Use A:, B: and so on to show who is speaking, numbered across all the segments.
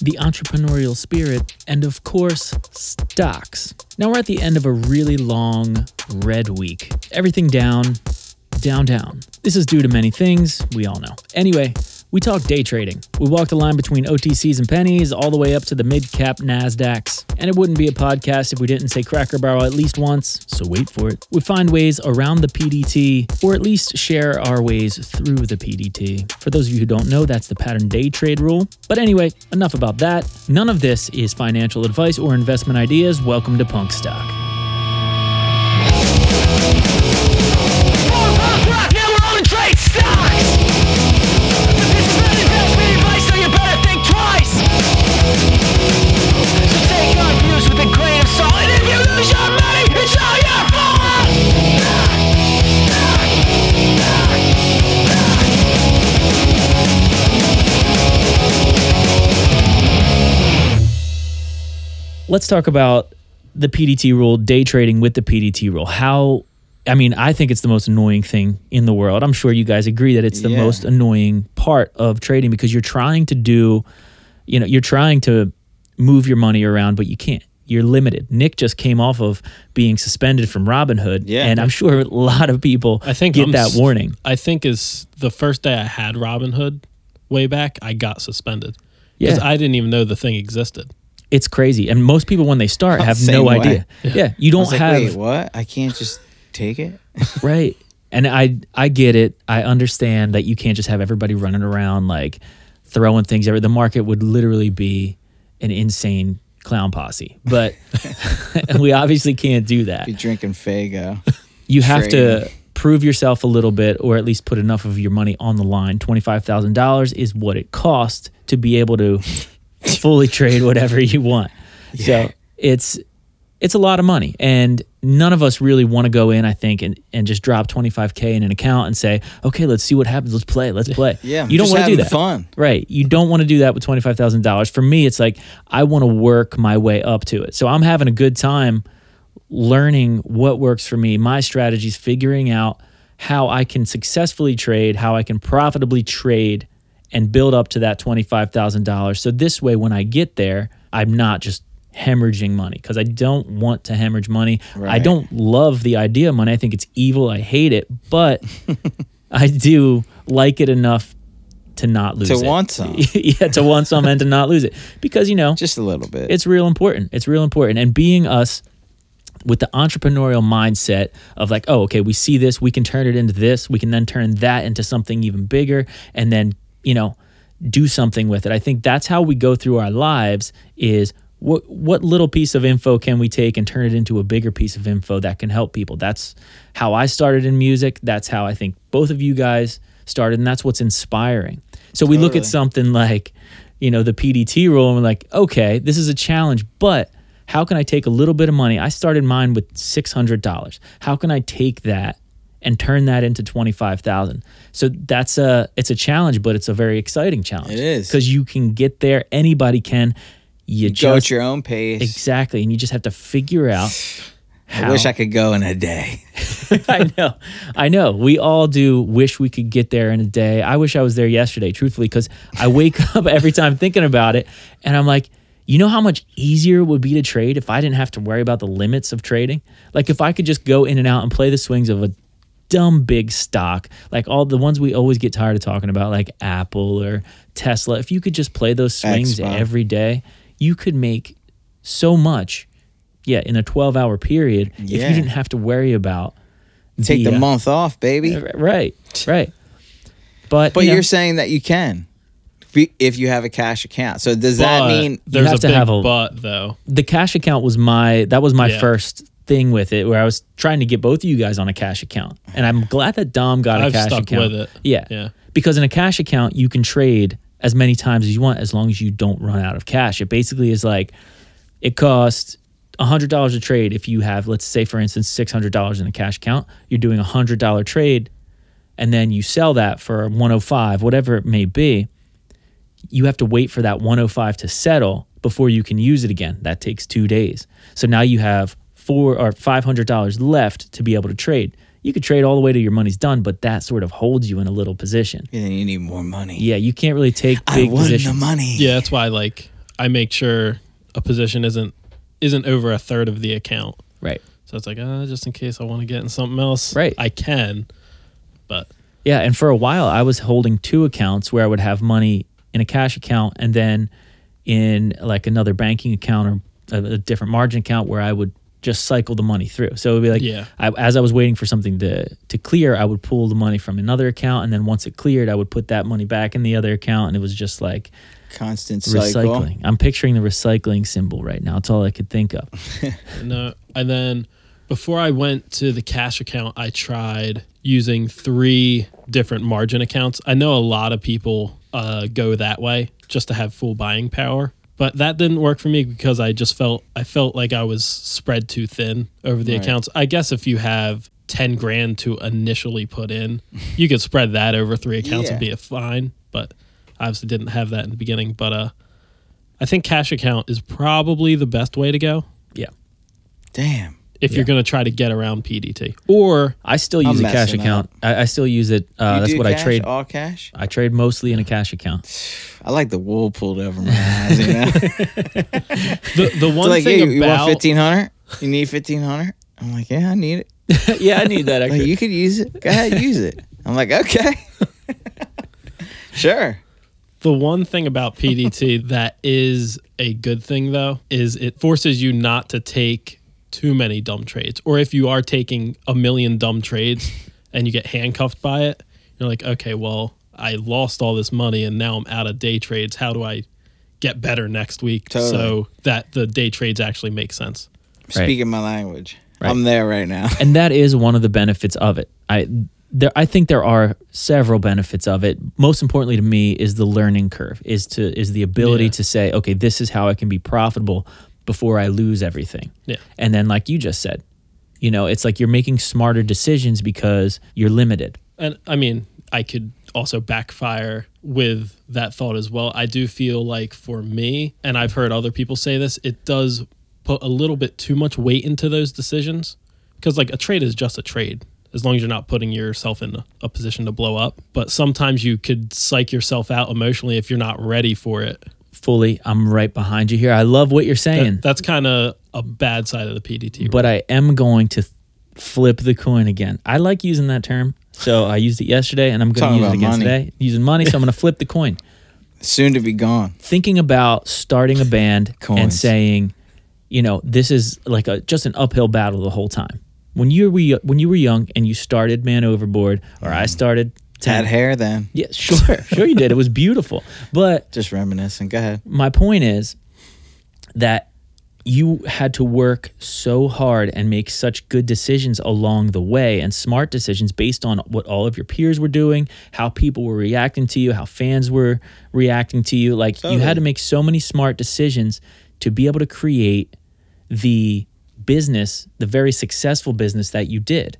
A: the entrepreneurial spirit, and of course, stocks. Now we're at the end of a really long red week. Everything down, down, down. This is due to many things, we all know. Anyway, we talk day trading. We walk the line between OTCs and pennies all the way up to the mid cap NASDAQs. And it wouldn't be a podcast if we didn't say Cracker Barrel at least once, so wait for it. We find ways around the PDT, or at least share our ways through the PDT. For those of you who don't know, that's the pattern day trade rule. But anyway, enough about that. None of this is financial advice or investment ideas. Welcome to Punk Stock. let's talk about the PDT rule, day trading with the PDT rule. How, I mean, I think it's the most annoying thing in the world. I'm sure you guys agree that it's the
B: Yeah.
A: most annoying part of trading because you're trying to do, you know, you're trying to move your money around, but you can't. You're limited. Nick just came off of being suspended from Robinhood,
C: Yeah.
A: and I'm sure a lot of people
D: I think
A: get
D: I'm
A: that
D: s-
A: warning.
D: I think is the first day I had Robinhood way back, I got suspended.
A: Yeah.
D: Because I didn't even know the thing existed.
A: It's crazy, and most people when they start have
C: Same
A: no
C: way.
A: idea. Yeah, you
C: I
A: don't
C: was like,
A: have
C: wait, what? I can't just take it.
A: right and i i get it i understand that you can't just have everybody running around like throwing things everywhere the market would literally be an insane clown posse but we obviously can't do that
C: Be drinking Fago.
A: you have to
C: trading.
A: prove yourself a little bit or at least put enough of your money on the line $25000 is what it costs to be able to fully trade whatever you want so it's it's a lot of money and none of us really want to go in i think and, and just drop 25k in an account and say okay let's see what happens let's play let's play
C: Yeah,
A: you don't
C: just
A: want to do
C: having
A: that
C: fun.
A: right you don't want to do that with $25000 for me it's like i want to work my way up to it so i'm having a good time learning what works for me, my strategies, figuring out how I can successfully trade, how I can profitably trade and build up to that $25,000. So this way, when I get there, I'm not just hemorrhaging money because I don't want to hemorrhage money. I
C: Right.
A: don't love the idea of money. I think it's evil. I hate it, but I do like it enough to not lose
C: To
A: it.
C: want some.
A: yeah, to want some and to not lose it because, you know,
C: Just a little bit.
A: it's real important. It's real important. And being us with the entrepreneurial mindset of like, oh, okay, we see this, we can turn it into this, we can then turn that into something even bigger, and then, you know, do something with it. I think that's how we go through our lives is what what little piece of info can we take and turn it into a bigger piece of info that can help people. That's how I started in music. That's how I think both of you guys started, and that's what's inspiring. So we look at something like, you know, the PDT rule, and we're like, okay, this is a challenge, but how can I take a little bit of money? I started mine with six hundred dollars. How can I take that and turn that into twenty five thousand? So that's a it's a challenge, but it's a very exciting challenge.
C: It is.
A: because you can get there. Anybody can. You,
C: Go
A: just
C: at your own pace.
A: exactly, and you just have to figure out.
C: I wish I could go in a day.
A: I know. I know. We all do wish we could get there in a day. I wish I was there yesterday, truthfully, because I wake up every time thinking about it and I'm like, you know how much easier it would be to trade if I didn't have to worry about the limits of trading? Like if I could just go in and out and play the swings of a dumb big stock, like all the ones we always get tired of talking about, like Apple or Tesla. If you could just play those swings
C: Xbox.
A: every day, you could make so much. Yeah, in a 12 hour period, if
C: Yeah.
A: you didn't have to worry about
C: Take
A: yeah.
C: the month off, baby.
A: Right, right. But,
C: But
A: you know,
C: you're saying that you can. Be- if you have a cash account. So does that
D: But
C: mean
D: there's
A: have
D: a
A: to
D: big
A: have a-
D: but though?
A: the cash account was my that was my
D: Yeah.
A: first thing with it where I was trying to get both of you guys on a cash account. And I'm glad that Dom got a
D: I've
A: cash
D: stuck
A: account.
D: with it.
A: Yeah.
D: Yeah.
A: Because in a cash account you can trade as many times as you want as long as you don't run out of cash. It basically is like it costs hundred dollars a trade if you have, let's say for instance, six hundred dollars in a cash account, you're doing a hundred dollar trade and then you sell that for 105, whatever it may be you have to wait for that 105 to settle before you can use it again. That takes two days. So now you have four or five hundred dollars left to be able to trade. You could trade all the way to your money's done, but that sort of holds you in a little position.
C: And then you need more money?
A: Yeah, you can't really take
C: I
A: big
C: won
A: positions.
C: the money.
D: Yeah, that's why like I make sure a position isn't isn't over a third of the account.
A: Right.
D: So it's like, uh, just in case I want to get in something else,
A: Right.
D: I can, but
A: Yeah, and for a while I was holding two accounts where I would have money in a cash account and then in like another banking account or a, a different margin account where I would just cycle the money through. So it would be like
D: Yeah.
A: I, as I was waiting for something to to clear, I would pull the money from another account and then once it cleared, I would put that money back in the other account and it was just like
C: Constant cycle.
A: recycling. I'm picturing the recycling symbol right now. It's all I could think of.
D: no. And then before I went to the cash account, I tried using three different margin accounts. I know a lot of people uh, go that way just to have full buying power, but that didn't work for me because I just felt I felt like I was spread too thin over the accounts. I guess if you have. 10 grand to initially put in. You could spread that over three accounts and
C: Yeah.
D: be fine, but I obviously didn't have that in the beginning. But uh, I think cash account is probably the best way to go
A: Yeah.
C: Damn.
D: if you're going to try to get around PDT. Or
A: I still
C: I'm
A: use a cash
C: messing
A: account. I, I still use it. Uh,
C: You
A: that's
C: do
A: what I
C: cash,
A: trade.
C: All cash.
A: I trade mostly in a cash account.
C: I like the wool pulled over my eyes. You know, It's
D: the, the one
C: like, hey,
D: thing
C: you, you
D: about
C: want fifteen hundred? You need fifteen hundred? I'm like, yeah, I need it.
A: yeah, I need that.
C: Like,
A: Actually.
C: you could use it. Go ahead, use it. I'm like, okay, sure.
D: the one thing about PDT that is a good thing though is it forces you not to take too many dumb trades. Or if you are taking a million dumb trades and you get handcuffed by it, you're like, okay, well, I lost all this money and now I'm out of day trades. How do I get better next week
C: Totally.
D: so that the day trades actually make sense?
C: Speaking my language,
A: Right.
C: I'm there right now.
A: and that is one of the benefits of it. I there I think there are several benefits of it. Most importantly to me is the learning curve, is to is the ability
D: Yeah.
A: to say, okay, this is how I can be profitable before I lose everything.
D: Yeah.
A: And then like you just said, you know, it's like you're making smarter decisions because you're limited.
D: and I mean, I could also backfire with that thought as well. I do feel like for me, and I've heard other people say this, it does put a little bit too much weight into those decisions because like a trade is just a trade as long as you're not putting yourself in a position to blow up. But sometimes you could psych yourself out emotionally if you're not ready for it.
A: Fully, I'm right behind you here. I love what you're saying.
D: That, that's kind of a bad side of the PDT.
A: but I am going to flip the coin again. I like using that term. So I used it yesterday and I'm going to
C: Talking
A: use it
C: about
A: again
C: money.
A: today. Using money, so I'm going to flip the coin.
C: Soon to be gone.
A: Thinking about starting a band and
C: Coins.
A: saying, you know, this is like a just an uphill battle the whole time. When you were when you were young and you started Man Overboard or I started
C: Mm. Had hair then.
A: Yeah, sure. Sure you did. It was beautiful. But
C: Just reminiscing. Go ahead.
A: my point is that you had to work so hard and make such good decisions along the way and smart decisions based on what all of your peers were doing, how people were reacting to you, how fans were reacting to you. Like you had to make so many smart decisions to be able to create the business, the very successful business that you did.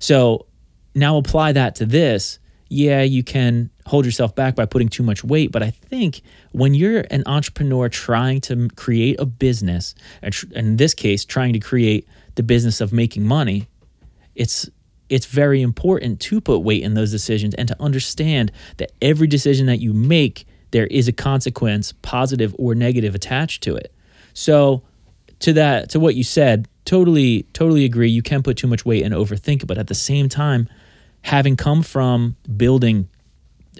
A: So now apply that to this. Yeah, you can hold yourself back by putting too much weight, but I think when you're an entrepreneur trying to m- create a business, and tr- in this case, trying to create the business of making money, it's it's very important to put weight in those decisions and to understand that every decision that you make there is a consequence positive or negative attached to it so to that to what you said totally totally agree you can put too much weight and overthink it but at the same time having come from building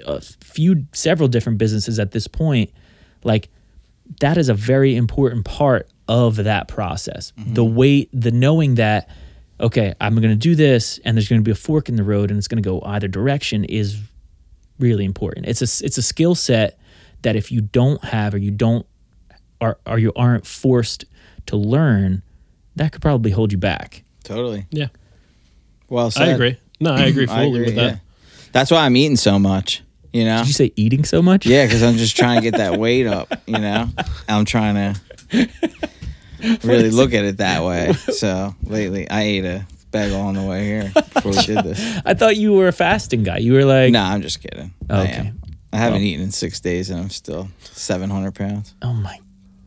A: a few several different businesses at this point like that is a very important part of that process the weight the knowing that okay i'm going to do this and there's going to be a fork in the road and it's going to go either direction is really important it's a s- it's a skill set that if you don't have or you don't or, or you aren't forced to learn, that could probably hold you back.
C: Totally.
D: Yeah,
C: Well
D: I
C: said.
D: agree. No, I agree fully
C: I agree,
D: with
C: yeah.
D: that.
C: That's why I'm eating so much. You know.
A: Did you say eating so much?
C: Yeah, because I'm just trying to get that weight up. You know, I'm trying to really look at it that way. So lately, I ate a bagel on the way here before we did this.
A: I thought you were a fasting guy. You were like, Oh,
C: No, I'm just kidding. I,
A: Okay.
C: am. I haven't eaten in six days, and I'm still 700 pounds.
A: oh my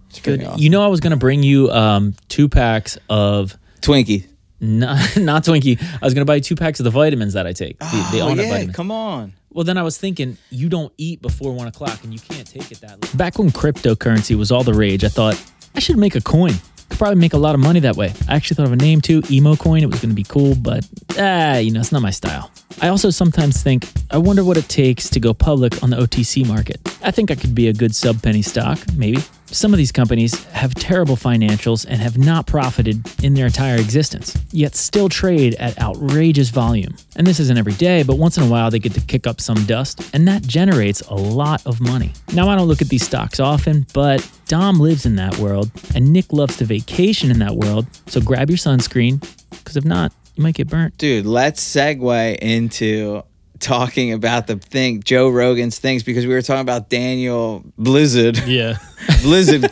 C: It's
A: good.
C: pretty
A: You know, I was gonna bring you um, two packs of
C: Twinkie.
A: not, not Twinkie. I was gonna buy two packs of the vitamins that I take. The, the
C: Oh
A: Honor
C: yeah,
A: vitamins.
C: come on.
A: Well, then I was thinking, you don't eat before one o'clock and you can't take it that late. Back when cryptocurrency was all the rage, I thought I should make a coin. Could probably make a lot of money that way. I actually thought of a name too, Emo Coin. It was going to be cool, but ah, you know, it's not my style. I also sometimes think, I wonder what it takes to go public on the OTC market. I think I could be a good sub penny stock, maybe. Some of these companies have terrible financials and have not profited in their entire existence, yet still trade at outrageous volume. And this isn't every day, but once in a while they get to kick up some dust, and that generates a lot of money. Now, I don't look at these stocks often, but Dom lives in that world, and Nick loves to vacation in that world, so grab your sunscreen, because if not, you might get burnt.
C: dude let's segue into talking about the thing joe rogan's things because we were talking about daniel blizzard
D: Yeah,
C: blizzard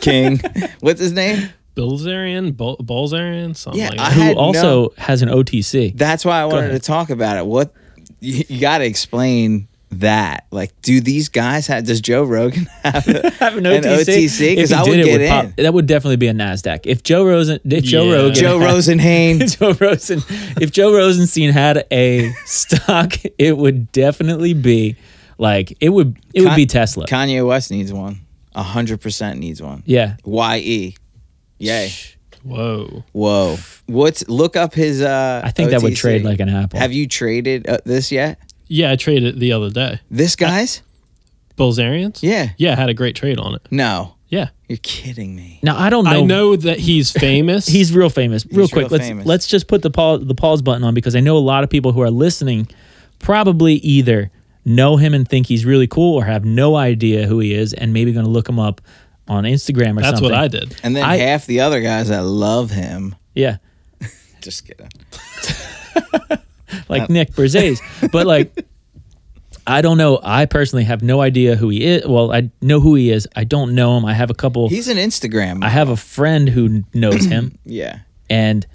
C: king what's his name
D: Bilzerian, Bol- Bolzerian, something
C: Yeah,
D: like
C: I
D: that.
C: had
A: Who
C: no-
A: also has an OTC.
C: that's why i wanted to
A: ahead.
C: talk about it what you, you got to explain that like do these guys have does joe rogan have, a,
A: have an
C: an
A: OTC.
C: otc
A: If
C: because
A: he
C: i would
A: did, it
C: get
A: would pop-
C: in
A: that would definitely be a Nasdaq. If Joe Rosen, if Joe
D: Yeah.
A: Rogan,
C: joe
A: had-
C: rosenhain
A: Joe Rosen, if Joe Rosenstein had a stock, it would definitely be like it would it would
C: Con-
A: be Tesla.
C: kanye west needs one 100% needs one
A: yeah.
C: ye yay
D: Whoa,
C: Whoa. What's look up his uh
A: I think that would
C: OTC.
A: trade like an apple.
C: Have you traded uh, this yet?
D: yeah, I traded it the other day.
C: This guy's?
D: Bolzerians.
C: yeah.
D: yeah, I had a great trade on it.
C: No.
D: Yeah,
C: You're kidding me.
A: Now I don't know.
D: I know that he's famous.
A: He's real famous. Real quick,
C: real
A: let's
C: famous.
A: let's just put the pause the pause button on because I know a lot of people who are listening probably either know him and think he's really cool or have no idea who he is and maybe going to look him up on Instagram or
D: that's
A: something.
D: what I did.
C: And then
A: I-
C: half the other guys that love him.
A: Yeah.
C: Just kidding.
A: like Nick Berzes. but like, I don't know. I personally have no idea who he is. Well, I know who he is. I don't know him. I have a couple.
C: He's an Instagram.
A: I have a friend who knows him,
C: yeah.
A: and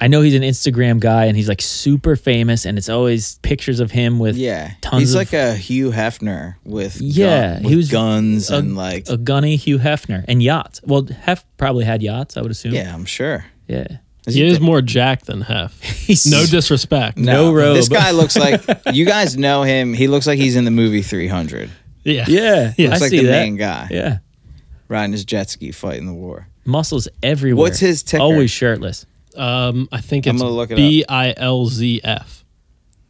A: I know he's an Instagram guy, and he's like super famous, and it's always pictures of him with
C: Yeah.
A: tons
C: He's
A: of
C: like a Hugh Hefner with gun-
A: yeah,
C: with guns
A: a-
C: and like
A: a gunny Hugh Hefner and yachts. Well, Hef probably had yachts, I would assume.
C: yeah, I'm sure.
A: yeah.
D: He is more Jack than Hef.
A: He's-
D: no disrespect.
A: no robe.
C: This guy looks like you guys know him. He looks like he's in the movie 300,
D: Yeah.
A: yeah,
D: Yeah.
A: I
C: Looks like
A: see
C: the
A: that.
C: main guy.
A: Yeah,
C: riding his jet ski, fighting the war.
A: muscles everywhere.
C: What's his ticker?
A: Always shirtless.
D: Um, I think
C: I'm
D: it's
C: gonna look it up.
D: B I L Z F,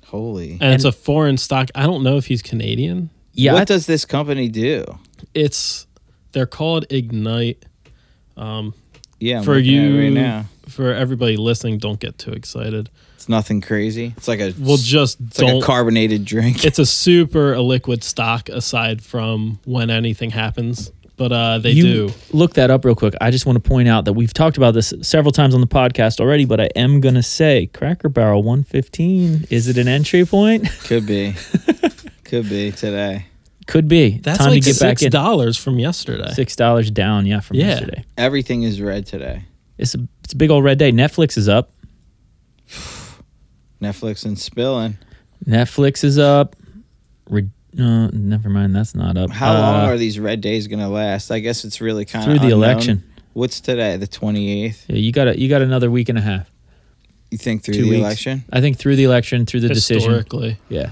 C: Holy.
D: and, it's a foreign stock. I don't know if he's Canadian.
A: Yeah,
C: what
A: I-
C: does this company do?
D: It's they're called Ignite.
C: Yeah, I'm
D: for
C: looking at it
D: you
C: right now.
D: for everybody listening, don't get too excited.
C: It's nothing crazy. It's like a
D: Well, just
C: it's
D: don't.
C: like a carbonated drink.
D: it's a super illiquid stock aside from when anything happens, but uh, they
A: you
D: do.
A: look that up real quick. I just want to point out that we've talked about this several times on the podcast already, but I am gonna say Cracker Barrel 115. Is it an entry point?
C: Could be. Could be today.
A: Could be.
D: That's
A: Time
D: like
A: to get
D: six
A: back in.
D: dollars from yesterday.
A: Six dollars down, yeah, from
D: Yeah.
A: yesterday.
C: Everything is red today.
A: It's a it's a big old red day. Netflix is up.
C: Netflix and spilling.
A: Netflix is up. Re- uh, never mind, that's not up.
C: How long
A: Uh,
C: are these red days going to last? I guess it's really kind of
A: Through the election.
C: What's today? The 28th.
A: yeah, you got a, you got another week and a half.
C: You think through
A: Two
C: the
A: weeks.
C: election?
A: I think through the election, through the decision.
D: Historically,
A: Yeah.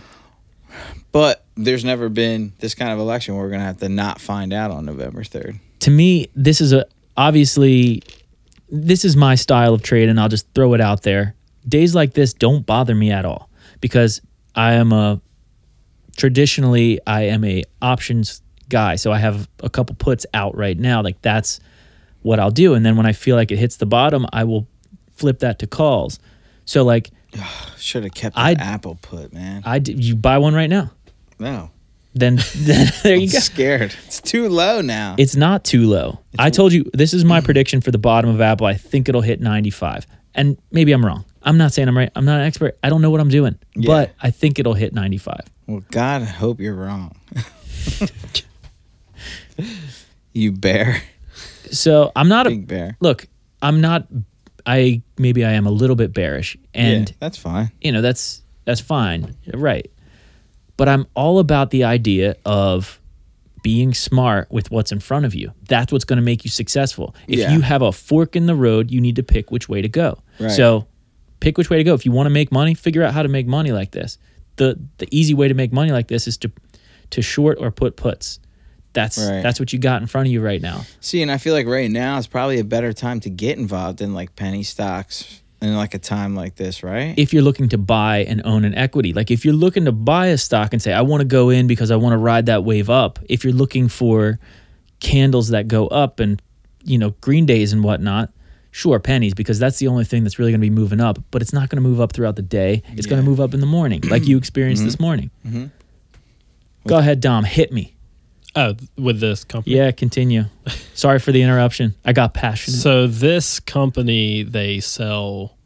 C: But there's never been this kind of election where we're going to have to not find out on November 3rd.
A: to me, this is a obviously this is my style of trade, and I'll just throw it out there. Days like this don't bother me at all because I am a traditionally I am a options guy, so I have a couple puts out right now. Like that's what I'll do, and then when I feel like it hits the bottom, I will flip that to calls. So like
C: Should have kept
A: I-
C: that Apple put, man.
A: I d- you buy one right now.
C: no.
A: then, then there you
C: I'm
A: go.
C: scared. It's too low now.
A: It's not too low. I told you this is
C: mm-hmm.
A: my prediction for the bottom of Apple. I think it'll hit 95. And maybe I'm wrong. I'm not saying I'm right. I'm not an expert. I don't know what I'm doing, but I think it'll hit 95.
C: well, God, I hope you're wrong. you bear.
A: So I'm not a
C: Big bear.
A: look. I'm not. I maybe I am a little bit bearish, and
C: yeah, that's fine.
A: you know that's that's fine, right? But I'm all about the idea of being smart with what's in front of you. That's what's going to make you successful. If
C: Yeah.
A: you have a fork in the road, you need to pick which way to go.
C: Right.
A: So pick which way to go. If you want to make money, figure out how to make money like this. The the easy way to make money like this is to to short or put puts. That's
C: Right.
A: that's what you got in front of you right now.
C: See, and I feel like right now is probably a better time to get involved in like penny stocks in like a time like this, right?
A: if you're looking to buy and own an equity. Like if you're looking to buy a stock and say, I want to go in because I want to ride that wave up. If you're looking for candles that go up and, you know, green days and whatnot, sure, pennies, because that's the only thing that's really going to be moving up, but it's not going to move up throughout the day. It's going to move up in the morning, like you experienced
D: Mm-hmm.
A: this morning. Go ahead, Dom, hit me.
D: Oh, th- with this company.
A: Yeah, continue. Sorry for the interruption. I got passionate.
D: So this company they sell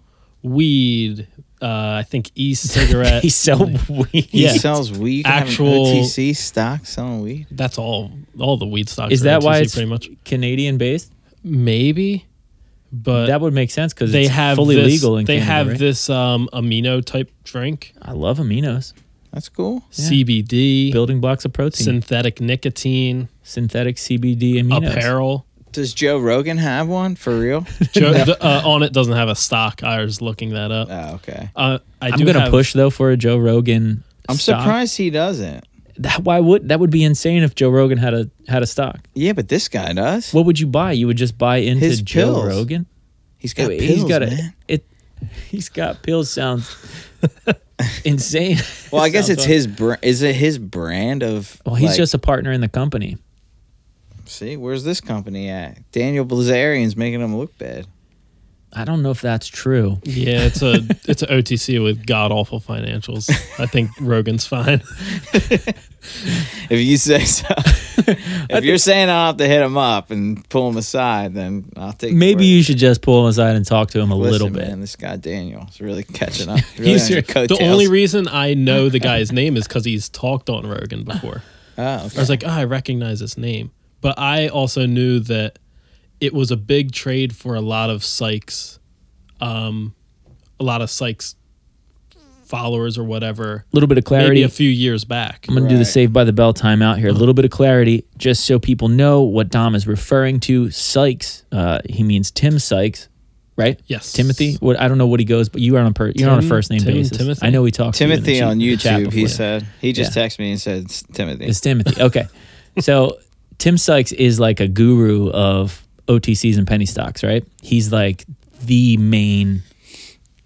D: weed. Uh, I think e-cigarette.
A: he sell weed.
D: Yeah.
C: He sells weed. You can have an
D: Actual-
C: OTC stock selling weed.
D: That's all. All the weed stocks.
A: Is
D: are
A: that why
D: OTC
A: it's
D: pretty much
A: Canadian based?
D: maybe? But
A: that would make sense because
D: they
A: it's
D: have
A: fully
D: this,
A: legal in
D: they
A: Canada,
D: have
A: right?
D: this um, amino type drink,
A: I love aminos,
C: That's cool.
D: CBD,
A: building blocks of protein,
D: synthetic nicotine,
A: synthetic CBD aminos.
D: apparel.
C: Does Joe Rogan have one for real?
D: Joe, the, uh, on it doesn't have a stock. I was looking that up.
C: oh, okay.
D: Uh, I
A: I'm
D: do
A: gonna
D: have-
A: push though for a Joe Rogan.
C: I'm
A: stock.
C: surprised he doesn't.
A: That, why would that would be insane if Joe Rogan had a had a stock?
C: Yeah, but this guy does.
A: What would you buy? You would just buy into
C: His
A: Joe
C: pills.
A: Rogan.
C: He's got
A: Wait,
C: pills,
A: he's got
C: man.
A: a it. He's got pills. Sounds insane.
C: Well, I guess
A: Sounds
C: it's
A: awesome.
C: his. Br- is it his brand of?
A: Well, he's
C: like-
A: just a partner in the company.
C: See, where's this company at? Daniel Blazarian's making him look bad.
A: I don't know if that's true.
D: Yeah, it's a it's an OTC with god awful financials. I think Rogan's fine.
C: If you say so. if you're saying I'll have to hit him up and pull him aside, then I'll take. your
A: Maybe
C: word.
A: you should just pull him aside and talk to him a
C: Listen,
A: little bit.
C: Man, this guy Daniel is really catching up. Really Oh,
D: He's
C: on your
D: the
C: coattails.
D: only reason I know the guy's name is because he's talked on Rogan before.
C: Oh, okay.
D: I was like, oh, I recognize this name. But I also knew that it was a big trade for a lot of Sykes, um, a lot of Sykes followers or whatever.
A: A little bit of
D: Maybe
A: clarity.
D: a few years back.
A: I'm going to do the
C: Right.
A: save by the bell timeout here. A little bit of clarity, just so people know what Dom is referring to. Sykes, uh, he means Tim Sykes, right?
D: Yes.
A: Timothy. What I don't know what he goes, but you are on a per, you're on a
D: Tim-
A: first name
D: Tim-
A: basis.
D: Timothy?
A: I know we talked. to you in the
C: Timothy
A: chat-
C: on
A: the chat
C: YouTube. He
A: before.
C: said he just
A: Yeah.
C: texted me and said "It's Timothy.
A: it's Timothy. Okay, so Tim Sykes is like a guru of OTCs and penny stocks, right? He's like the main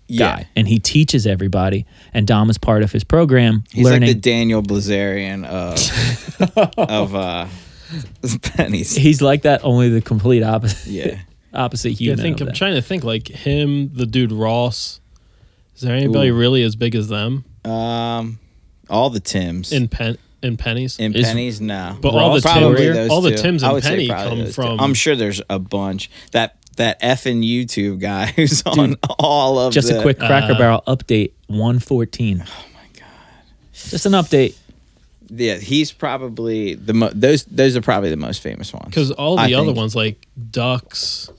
C: yeah,
A: guy, and he teaches everybody. And Dom is part of his program,
C: he's
A: learning.
C: like the Daniel Blazarian of of uh, pennies.
A: he's like that, only the complete opposite.
C: Yeah.
A: Opposite
D: Yeah, I
A: human.
D: think
A: of
D: I'm
A: that.
D: trying to think like him, the dude Ross. Is there anybody
C: Ooh.
D: really as big as them
C: Um, all the Tims
D: in pen in pennies?
C: in
A: is-
C: pennies now.
D: But all the
C: probably
D: Tim-
C: those
D: all the
C: two.
D: Tims
C: I
D: and
C: would say
D: Penny
C: probably
D: come
C: those two.
D: from-
C: I'm sure there's a bunch that that effing YouTube guy who's on all of
A: Just
C: the-
A: a quick Cracker
D: Uh,
A: Barrel update 114. Oh my god. Just an update.
C: Yeah, he's probably the mo- those those are probably the most famous ones.
D: Because all the
C: I
D: other
C: think.
D: ones like Ducks,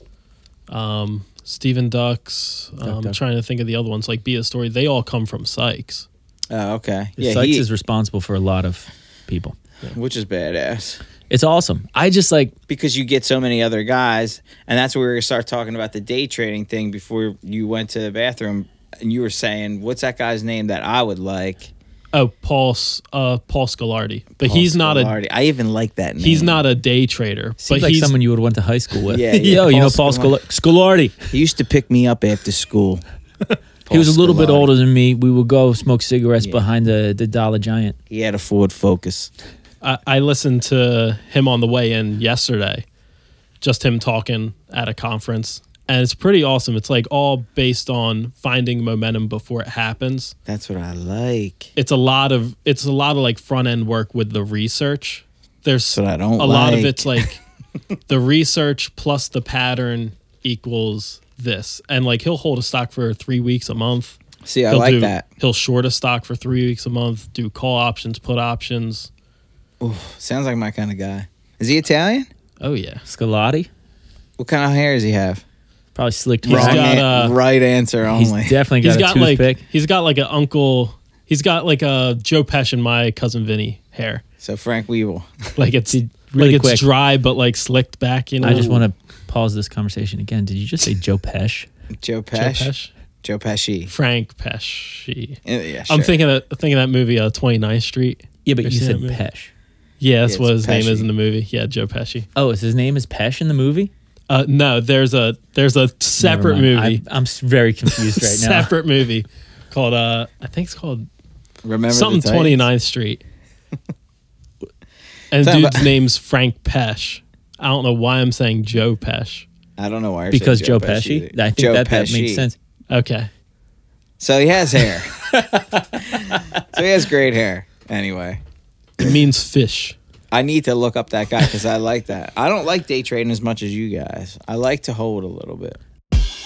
D: um, Stephen Ducks. Um, I'm
A: Duck.
D: trying to think of the other ones like Be a Story. They all come from Sykes.
C: Oh, okay. Yeah,
A: Sykes
C: he-
A: is responsible for a lot of people.
C: which is badass.
A: It's awesome. I just like
C: because you get so many other guys, and that's where we start talking about the day trading thing before you went to the bathroom, and you were saying, "What's that guy's name that I would like?"
D: Oh, Paul, S- uh, Paul Scolardi, but he's not a
C: Scolardi. I even like that name.
D: he's not a day trader.
A: seems
D: but
A: like
D: he's
A: someone you would have went to high school with.
C: Yeah, yeah,
A: Yo, you know Paul
C: Paul
A: Scola- Scolardi.
C: He used to pick me up after school.
A: He was a little bit
C: Scolardi.
A: older than me. We would go smoke cigarettes behind the, the Dollar Giant.
C: He had a Ford Focus.
D: I, I listened to him on the way in yesterday, just him talking at a conference, and it's pretty awesome. It's like all based on finding momentum before it happens.
C: That's what I like.
D: It's a lot of it's a lot of like front end work with the research. There's
C: That's what I don't
D: a lot of
C: like.
D: it's like the research plus the pattern equals this. And like he'll hold a stock for three weeks a month.
C: See, I
D: He'll
C: like
D: do,
C: that.
D: He'll short a stock for three weeks a month, do call options, put options.
C: Sounds like my kind of guy. Is he Italian?
D: Oh yeah.
A: Scalotti?
C: What kind of hair does he have?
A: Probably slicked
D: He's
A: wrong.
C: Wrong
D: got,
C: an-
D: uh,
C: right answer
A: He's
C: only.
A: definitely got
D: he's
A: a
D: got like
A: toothpick.
D: he's got like an uncle he's got like a Joe Pesci and my cousin Vinny hair.
C: so Frank Weevil.
D: Like it's
A: really
D: like it's
A: quick.
D: dry but like slicked back, you know.
A: I just want to pause this conversation again. Did you just say Joe Pesh?
D: Joe
C: Joe Pesh.
D: Pesci?
C: Joe Pesci.
D: Frank Pesci.
C: Uh, Yeah,
D: I'm
C: sure.
D: thinking of thinking of that movie uh 29th Street.
A: Yeah, but
D: Have
A: you
D: seen
A: said
D: that movie?
A: Pesh.
D: Yeah, that's
C: It's
D: what his name
C: Pesci.
D: is in the movie. Yeah, Joe Pesci.
A: Oh, is his name is Pesh in the movie?
D: Uh, no, there's a there's a separate
A: Never mind.
D: movie,
A: I, am very confused right now.
D: separate movie called uh I think it's called
C: Remember
D: something
C: the Titans?
D: 29th Street. And
C: Talking
D: dude's
C: about-
D: name's Frank Pesh. I don't know why I'm saying Joe Pesh.
C: I don't know why. I said
A: Because Joe, Pesci.
C: either.
A: I think
C: Joe
A: that, that makes
C: Pesci.
A: sense.
D: Okay.
C: So he has hair. so he has great hair. Anyway,
D: It means fish.
C: I need to look up that guy because I like that. I don't like day trading as much as you guys. I like to hold a little bit.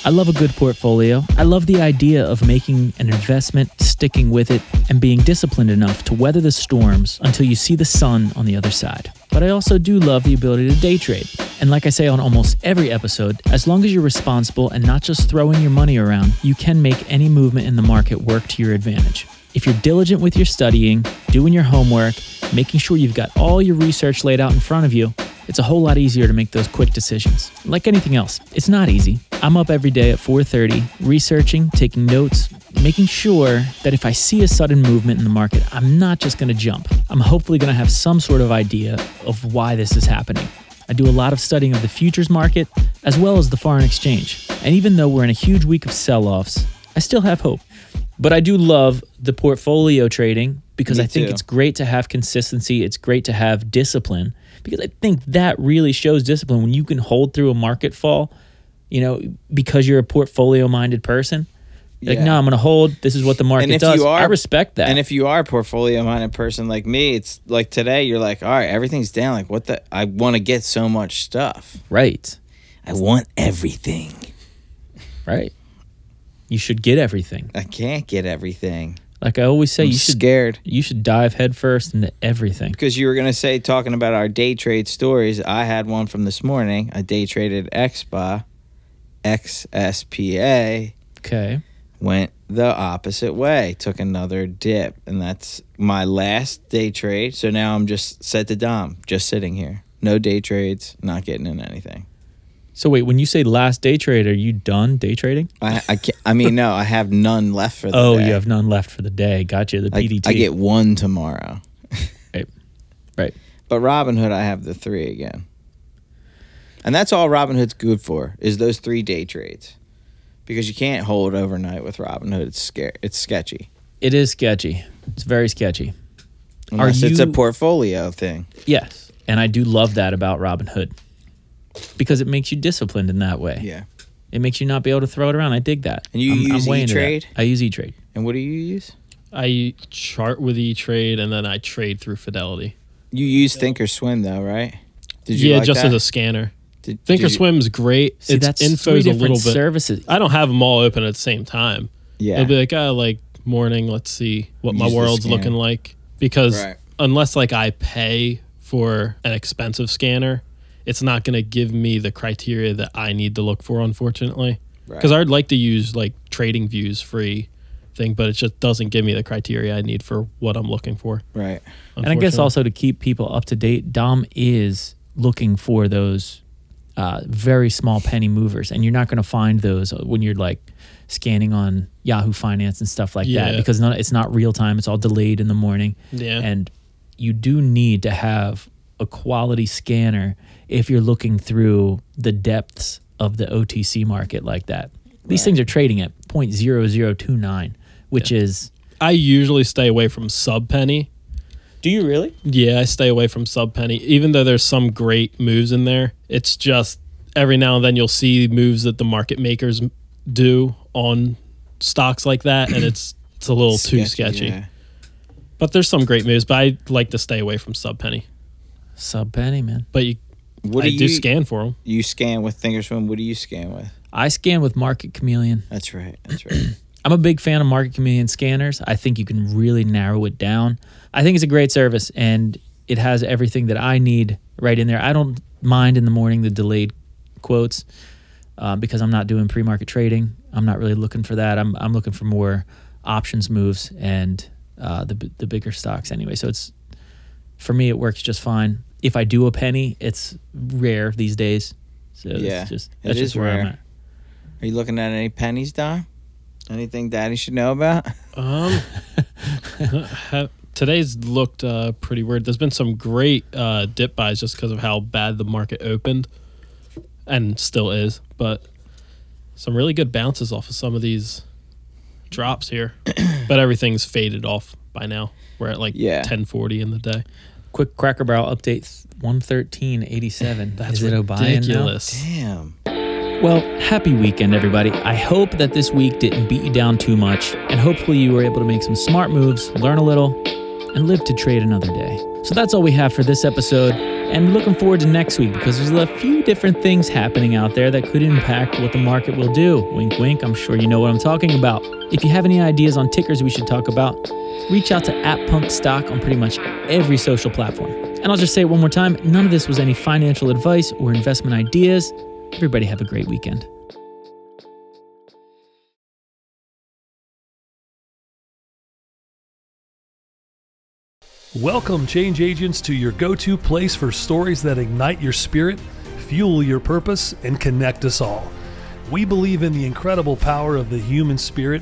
A: I love a good portfolio. I love the idea of making an investment, sticking with it, and being disciplined enough to weather the storms until you see the sun on the other side. But I also do love the ability to day trade. And like I say on almost every episode, as long as you're responsible and not just throwing your money around, you can make any movement in the market work to your advantage. If you're diligent with your studying, doing your homework, making sure you've got all your research laid out in front of you, it's a whole lot easier to make those quick decisions. Like anything else, it's not easy. I'm up every day at 4:30 researching, taking notes, making sure that if I see a sudden movement in the market, I'm not just going to jump. I'm hopefully going to have some sort of idea of why this is happening. I do a lot of studying of the futures market as well as the foreign exchange. And even though we're in a huge week of sell-offs, I still have hope. But I do love the portfolio trading because
C: Me
A: I think
C: too.
A: it's great to have consistency. It's great to have discipline because I think that really shows discipline when you can hold through a market fall, you know, because you're a portfolio minded person. You're Like,
C: Yeah.
A: no, I'm going to hold. This is what the market
C: And if
A: does.
C: you are,
A: I respect that.
C: And if you are a portfolio minded person like me, it's like today you're like, all right, everything's down. Like, what the? I want to get so much stuff.
A: right,
C: I want everything.
A: right. You should get everything.
C: I can't get everything.
A: Like I always say,
C: I'm
A: you should
C: scared
A: you should dive headfirst into everything.
C: because you were gonna say talking about our day trade stories. I had one from this morning. I day traded XSPA, XSPA
A: Okay.
C: went the opposite way, took another dip, and that's my last day trade. So now I'm just set to dom, just sitting here. No day trades, not getting in anything.
A: So wait, when you say last day trade, are you done day trading?
C: I I, can't, I mean no, I have none left for the
A: Oh,
C: day.
A: you have none left for the day. Gotcha. The
C: I,
A: PDT.
C: I get one tomorrow.
A: Right. Right.
C: But Robinhood, I have the three again. And that's all Robinhood's good for is those three day trades, because you can't hold overnight with Robinhood. It's scare. It's sketchy.
A: It is sketchy. It's very sketchy.
C: Unless it's a
A: you-
C: portfolio thing.
A: Yes. And I do love that about Robin Hood because it makes you disciplined in that way.
C: Yeah.
A: It makes you not be able to throw it around. I dig that.
C: And you use
A: way into that.
C: E-Trade?
A: I use E Trade.
C: And what do you use?
D: I chart with E Trade and then I trade through Fidelity.
C: You use Thinkorswim though, right? Did you
D: yeah,
C: like
D: just
C: that?
D: as a scanner.
C: Did- did you-
D: Thinkorswim's great.
A: See,
D: its
A: that's three
D: info's a
A: different
D: little bit.
A: services.
D: I don't have them all open at the same time.
C: Yeah.
D: It'll be like, oh, like morning, let's see what my
C: Use the
D: world's
C: scanner.
D: looking like. Because
C: Right.
D: unless like I pay for an expensive scanner, it's not going to give me the criteria that I need to look for, unfortunately.
C: Right.
D: Because I'd like to use like Trading Views free thing, but it just doesn't give me the criteria I need for what I'm looking for.
C: Right.
A: And I guess
D: unfortunately.
A: also to keep people up to date, Dom is looking for those uh, very small penny movers. And you're not going to find those uh, when you're like scanning on Yahoo Finance and stuff like that
D: Yeah.
A: because not, it's not real time. It's all delayed in the morning.
D: Yeah.
A: And you do need to have a quality scanner if you're looking through the depths of the OTC market like that. These things are trading at 0.0029, which is.
D: I usually stay away from sub penny.
A: Do you really?
D: Yeah, I stay away from sub penny, even though there's some great moves in there. It's just every now and then you'll see moves that the market makers m- do on stocks like that, and it's it's a little too sketchy.
C: yeah.
D: But there's some great moves, but I like to stay away from sub penny.
A: Sub penny, man.
D: But you,
C: What
D: I
C: do,
D: do
C: you
D: scan for them.
C: You scan with Thinkorswim. What do you scan with?
A: I scan with Market Chameleon.
C: That's right. That's right.
A: I'm a big fan of Market Chameleon scanners. I think you can really narrow it down. I think it's a great service and it has everything that I need right in there. I don't mind in the morning the delayed quotes uh, because I'm not doing pre market trading. I'm not really looking for that. I'm, I'm looking for more options moves and uh, the, b- the bigger stocks anyway. So it's for me, it works just fine. If I do a penny, it's rare these days. So
C: Yeah,
A: that's just,
C: it
A: that's just
C: is
A: where I'm
C: rare.
A: at.
C: Are you looking at any pennies, Don? Anything Daddy should know about?
D: Um, ha- today's looked uh, pretty weird. There's been some great uh, dip buys just because of how bad the market opened, and still is. But some really good bounces off of some of these drops here. but everything's faded off by now. We're at like
C: Yeah.
D: 10:40 in the day.
A: Quick Cracker Barrel update 11387.
D: That's
A: Is it O'Brien now?
D: ridiculous.
C: Damn.
A: Well, happy weekend, everybody. I hope that this week didn't beat you down too much, and hopefully you were able to make some smart moves, learn a little, and live to trade another day. So that's all we have for this episode, and looking forward to next week because there's a few different things happening out there that could impact what the market will do. Wink, wink, I'm sure you know what I'm talking about. If you have any ideas on tickers we should talk about, reach out to at Punk Stock on pretty much every social platform. And I'll just say it one more time none of this was any financial advice or investment ideas. Everybody have a great weekend.
E: Welcome, change agents, to your go to place for stories that ignite your spirit, fuel your purpose, and connect us all. We believe in the incredible power of the human spirit,